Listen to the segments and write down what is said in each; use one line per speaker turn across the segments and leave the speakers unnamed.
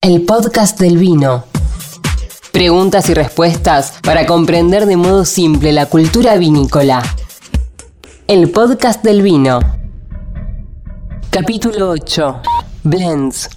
El podcast del vino. Preguntas y respuestas para comprender de modo simple la cultura vinícola. El podcast del vino. Capítulo 8. Blends.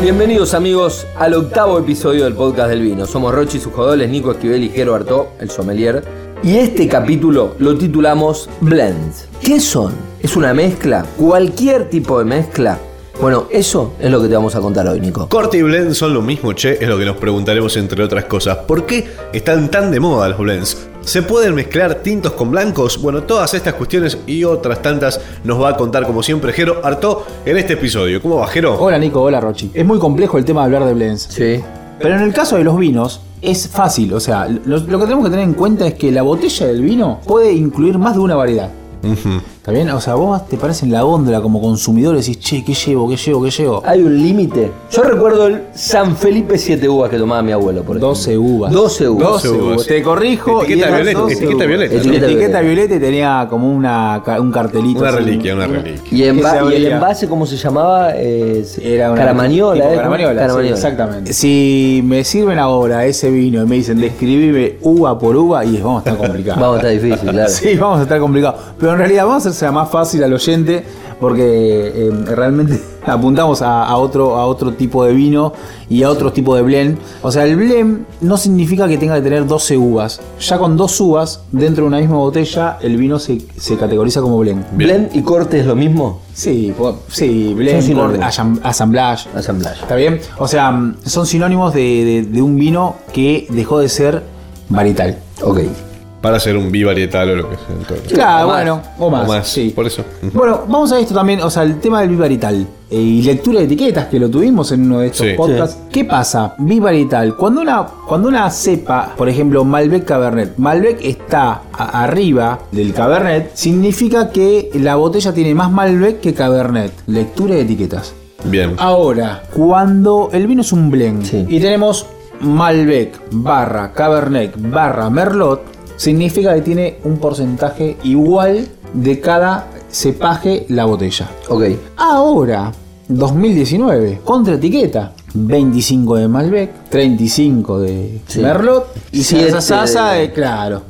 Bienvenidos amigos al octavo episodio del podcast del vino. Somos Rochi, sus jugadores, Nico Esquivel y Jero Artó, el sommelier. Y este capítulo lo titulamos Blends. ¿Qué son? ¿Es una mezcla? ¿Cualquier tipo de mezcla? Bueno, eso es lo que te vamos a contar hoy, Nico.
Corte y blend son lo mismo, che, es lo que nos preguntaremos entre otras cosas. ¿Por qué están tan de moda los blends? ¿Se pueden mezclar tintos con blancos? Bueno, todas estas cuestiones y otras tantas nos va a contar como siempre Jero Artó en este episodio. ¿Cómo va Jero?
Hola Nico, hola Rochi. Es muy complejo el tema de hablar de blends.
Sí.
Pero en el caso de los vinos, es fácil. O sea, lo, lo que tenemos que tener en cuenta es que la botella del vino puede incluir más de una variedad. ¿Está bien? O sea, vos te parás en la góndola como consumidor y decís, che, ¿qué llevo? ¿Qué llevo? ¿Qué llevo?
¿Hay un límite? Yo recuerdo el San Felipe 7 uvas que tomaba mi abuelo, por ejemplo.
12 uvas.
12 uvas.
12 uvas. Te corrijo. y
Etiqueta
eran
violeta,
12
etiqueta
uvas.
violeta,
Eti-
¿no?
Etiqueta, violeta y tenía como una, ca- un cartelito.
Una
así.
reliquia, una reliquia.
Y, en
Que se
ba- y el
abría.
envase, ¿cómo se llamaba? Es-
Era una
Caramaniola,
tipo
¿eh?
caramaniola, sí,
Caramaniola.
exactamente. Si me sirven ahora ese vino y me dicen, describime uva por uva, y vamos a estar complicados.
Vamos, está difícil, claro.
Sí, vamos a estar complicados. Pero en realidad vamos a hacerse más fácil al oyente porque eh, realmente apuntamos a, a otro, a otro tipo de vino y a otro tipo de blend. O sea, el blend no significa que tenga que tener 12 uvas. Ya con dos uvas dentro de una misma botella, el vino se, se categoriza como blend.
¿Blend y corte es lo mismo?
Sí, po- sí, blend,
Son
corte,
sinónimos.
asam- assemblage.
Asamblaje.
¿Está bien? O sea, mm, son sinónimos de- de- de un vino que dejó de ser varietal.
Ok.
Para hacer un bivarietal o lo que sea. entonces.
Claro,
O más.
bueno, o más.
O más,
sí.
por eso.
Bueno, vamos a esto también, o sea, el tema del bivarital eh, y lectura de etiquetas que lo tuvimos en uno de estos
Sí.
podcasts. ¿Qué pasa? Bivarital, cuando una, cuando una cepa, por ejemplo, Malbec Cabernet, Malbec está a- arriba del Cabernet, significa que la botella tiene más Malbec que Cabernet. Lectura de etiquetas.
Bien.
Ah, Ahora, cuando el vino es un blend
Sí.
y tenemos Malbec barra Cabernet barra Merlot, significa que tiene un porcentaje igual de cada cepaje la botella.
Ok.
Ahora, 2019, contra etiqueta. 25 de Malbec, 35 de
Sí.
Merlot y
Siete
7
de-
de... Claro.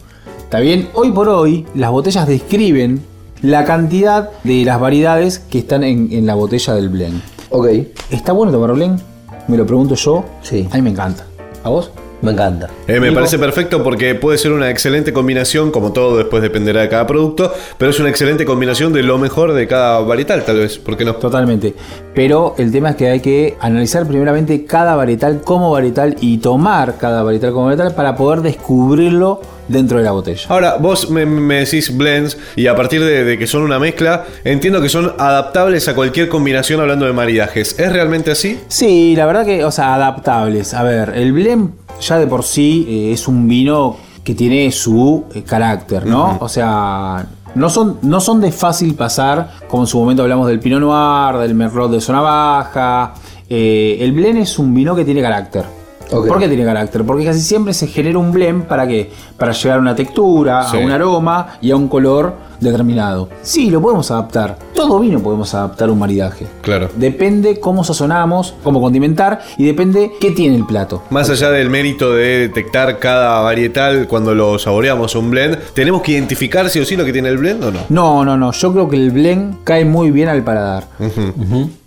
Está bien, hoy por hoy las botellas describen la cantidad de las variedades que están en- en la botella del blend.
Ok,
¿Está bueno tomar blend? Me lo pregunto yo.
Sí.
A mí me encanta. ¿A vos?
me encanta.
Eh, me parece perfecto porque puede ser una excelente combinación, como todo, después dependerá de cada producto, pero es una excelente combinación de lo mejor de cada varietal, tal vez, ¿por qué no?
Totalmente. Pero el tema es que hay que analizar primeramente cada varietal como varietal y tomar cada varietal como varietal para poder descubrirlo dentro de la botella.
Ahora, vos me, me decís blends y a partir de, de que son una mezcla, entiendo que son adaptables a cualquier combinación hablando de maridajes. ¿Es realmente así?
Sí, la verdad que, o sea, adaptables. A ver, el blend ya de por sí eh, es un vino que tiene su eh, carácter, ¿no? O sea, no son, no son de fácil pasar, como en su momento hablamos del Pinot Noir, del Merlot de zona baja. Eh, el blend es un vino que tiene carácter.
Ok.
¿Por qué tiene carácter? Porque casi siempre se genera un blend para qué? Para llegar a una textura,
Sí.
a un aroma y a un color determinado. Sí, lo podemos adaptar. Todo vino podemos adaptar un maridaje.
Claro.
Depende cómo sazonamos, cómo condimentar y depende qué tiene el plato.
Más allá del mérito de detectar cada varietal cuando lo saboreamos un blend, ¿tenemos que identificar sí o sí lo que tiene el blend o no?
No, no, no, yo creo que el blend cae muy bien al paladar.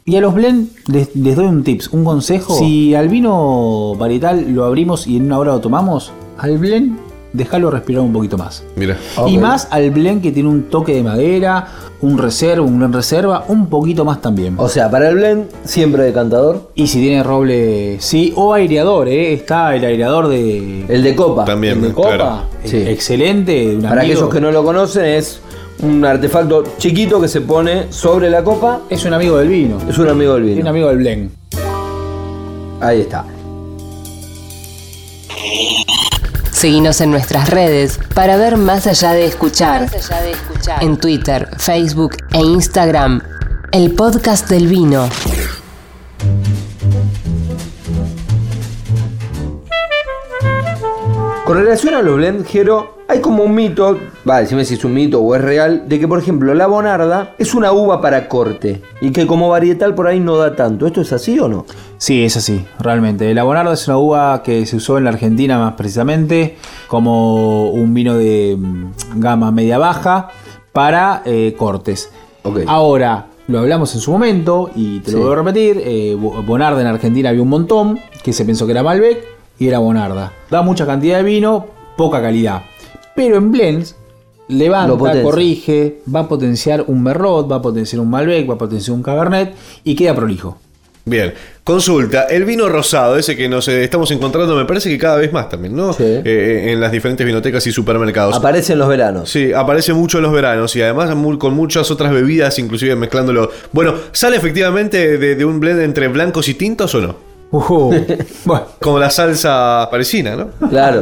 Y a los blend les, les doy un tips, un consejo. Si al vino varietal lo abrimos y en una hora lo tomamos, al blend déjalo respirar un poquito más.
Mira.
Y más al blend que tiene un toque de madera, un reserva, un gran reserva, un poquito más también.
O sea, para el blend, siempre decantador.
Y si tiene roble, sí, o aireador, ¿eh? está el aireador de,
El de copa.
También.
El de copa,
claro.
eh,
Sí.
excelente. un
Para
amigo.
aquellos que no lo conocen, es un artefacto chiquito que se pone sobre la copa.
Es un amigo del vino.
Es un amigo del
Es un
vino.
amigo del blend.
Ahí está.
Seguinos en nuestras redes para ver más allá de escuchar. En Twitter, Facebook e Instagram. El podcast del vino.
Con relación a los blends, Jero, hay como un mito, va, decime si es un mito o es real, de que, por ejemplo, la bonarda es una uva para corte y que como varietal por ahí no da tanto. ¿Esto es así o no?
Sí, es así, realmente. La Bonarda es una uva que se usó en la Argentina más precisamente como un vino de mm, gama media-baja para eh, cortes.
Ok.
Ahora, lo hablamos en su momento y te lo
Sí.
vuelvo a repetir, eh, Bo- Bonarda en Argentina había un montón que se pensó que era Malbec y era Bonarda. Da mucha cantidad de vino, poca calidad. Pero en blends
Lo
levanta,
potencia.
corrige, va a potenciar un Merlot, va a potenciar un Malbec, va a potenciar un Cabernet y queda prolijo.
Bien, consulta, el vino rosado, ese que nos eh, estamos encontrando, me parece que cada vez más también, ¿no?
Sí.
Eh, eh, en las diferentes vinotecas y supermercados.
Aparece en los veranos.
Sí, aparece mucho en los veranos y además mu- con muchas otras bebidas, inclusive mezclándolo. Bueno, ¿sale efectivamente de, de un blend entre blancos y tintos o no?
Ujú. bueno,
Como la salsa parisina, ¿no?
Claro.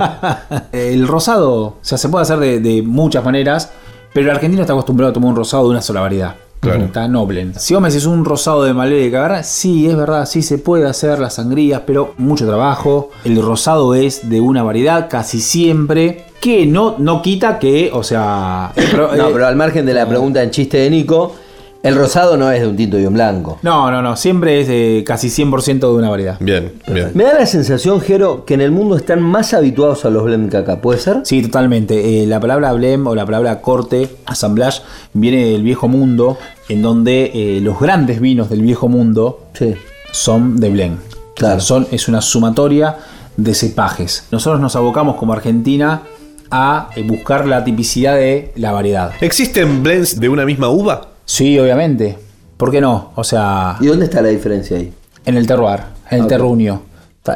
el rosado, o sea, se puede hacer de, de muchas maneras, pero el argentino está acostumbrado a tomar un rosado de una sola variedad.
Claro.
Está noble. Si vos me decís un rosado de Malbec de Cabernet, sí, es verdad, sí se puede hacer las sangrías, pero mucho trabajo. El rosado es de una variedad casi siempre, que no, no quita que, o sea... eh, pero, eh,
No, pero al margen de la pregunta en chiste de Nico, el rosado no es de un tinto y un blanco.
no, no, no, siempre es eh, casi 100% de una variedad.
Bien, bien.
Me da la sensación, Jero, que en el mundo están más habituados a los blend que acá. ¿Puede ser?
Sí, totalmente. Eh, la palabra blem o la palabra corte, assemblage, viene del viejo mundo, en donde eh, los grandes vinos del viejo mundo
Sí.
son de blend.
Claro.
Son, es una sumatoria de cepajes. Nosotros nos abocamos como Argentina a eh, buscar la tipicidad de la variedad.
¿Existen blends de una misma uva?
Sí, obviamente. ¿Por qué no? O sea,
¿Y dónde está la diferencia ahí?
en el terroir, en el
Ok.
terruño,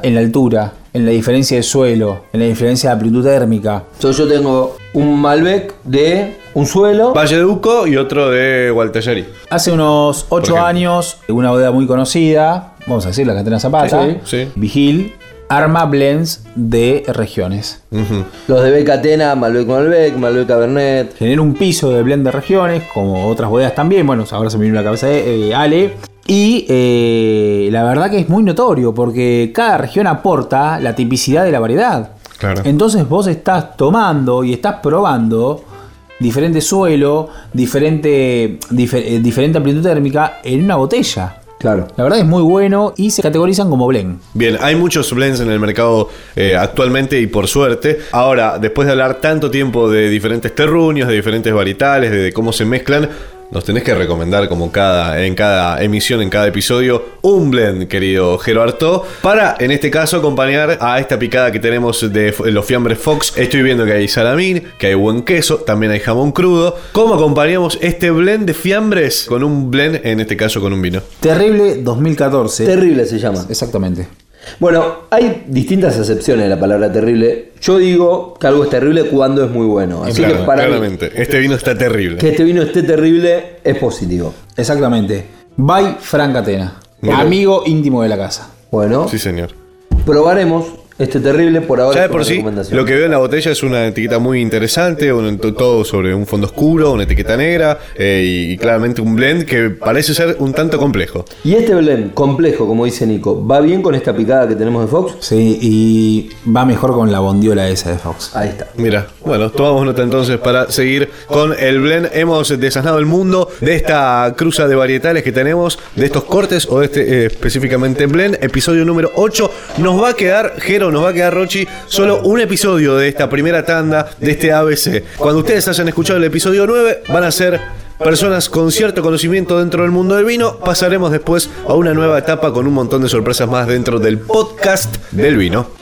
en la altura, en la diferencia de suelo, en la diferencia de amplitud térmica.
Entonces yo tengo un Malbec de un suelo.
Valle de Uco y otro de Gualtayari.
Hace unos
Por
8
ejemplo.
años, una bodega muy conocida, vamos a decir, la Catena Zapata,
Sí,
sí.
Vigil, arma blends de regiones.
Ujú.
Los de Becatena, Malbec Malbec, Malbec Cabernet.
Genera un piso de blend de regiones, como otras bodegas también. Bueno, ahora se me vino a la cabeza eh, Ale. Y eh, la verdad que es muy notorio, porque cada región aporta la tipicidad de la variedad.
Claro.
Entonces vos estás tomando y estás probando diferente suelo, diferente, difer- eh, diferente amplitud térmica en una botella.
Claro.
La verdad es muy bueno y se categorizan como blend.
Bien, hay muchos blends en el mercado eh, actualmente y por suerte. Ahora, después de hablar tanto tiempo de diferentes terruños, de diferentes varietales, de cómo se mezclan, nos tenés que recomendar como cada, en cada emisión, en cada episodio, un blend, querido Gerardo, para en este caso acompañar a esta picada que tenemos de f- los fiambres Fox. Estoy viendo que hay salamín, que hay buen queso, también hay jamón crudo. ¿Cómo acompañamos este blend de fiambres con un blend, en este caso con un vino?
Terrible 2014.
Terrible se llama.
Exactamente.
Bueno, hay distintas acepciones de la palabra terrible. Yo digo que algo es terrible cuando es muy bueno. Así
Eh, Claro,
que para mí,
claramente. Este vino está terrible.
que este vino esté terrible es positivo.
Exactamente. By Frank Atena. Amigo íntimo de la casa.
Bueno,
Sí, señor.
probaremos este terrible por ahora.
Ya de
es
por
una
sí,
recomendación.
lo que veo en la botella es una etiqueta muy interesante, un- to- todo sobre un fondo oscuro, una etiqueta negra eh, y, y claramente un blend que parece ser un tanto complejo.
Y este blend complejo, como dice Nico, ¿va bien con esta picada que tenemos de Fox?
Sí, y va mejor con la bondiola esa de Fox.
Ahí está.
Mira, bueno, tomamos nota entonces para seguir con el blend. Hemos desasnado el mundo de esta cruza de varietales que tenemos, de estos cortes o de este eh, específicamente blend. Episodio número 8. Nos va a quedar, Jero, nos va a quedar Rochi, solo un episodio de esta primera tanda de este ABC. Cuando ustedes hayan escuchado el episodio 9, van a ser Personas con cierto conocimiento dentro del mundo del vino, pasaremos después a una nueva etapa con un montón de sorpresas más dentro del podcast del vino.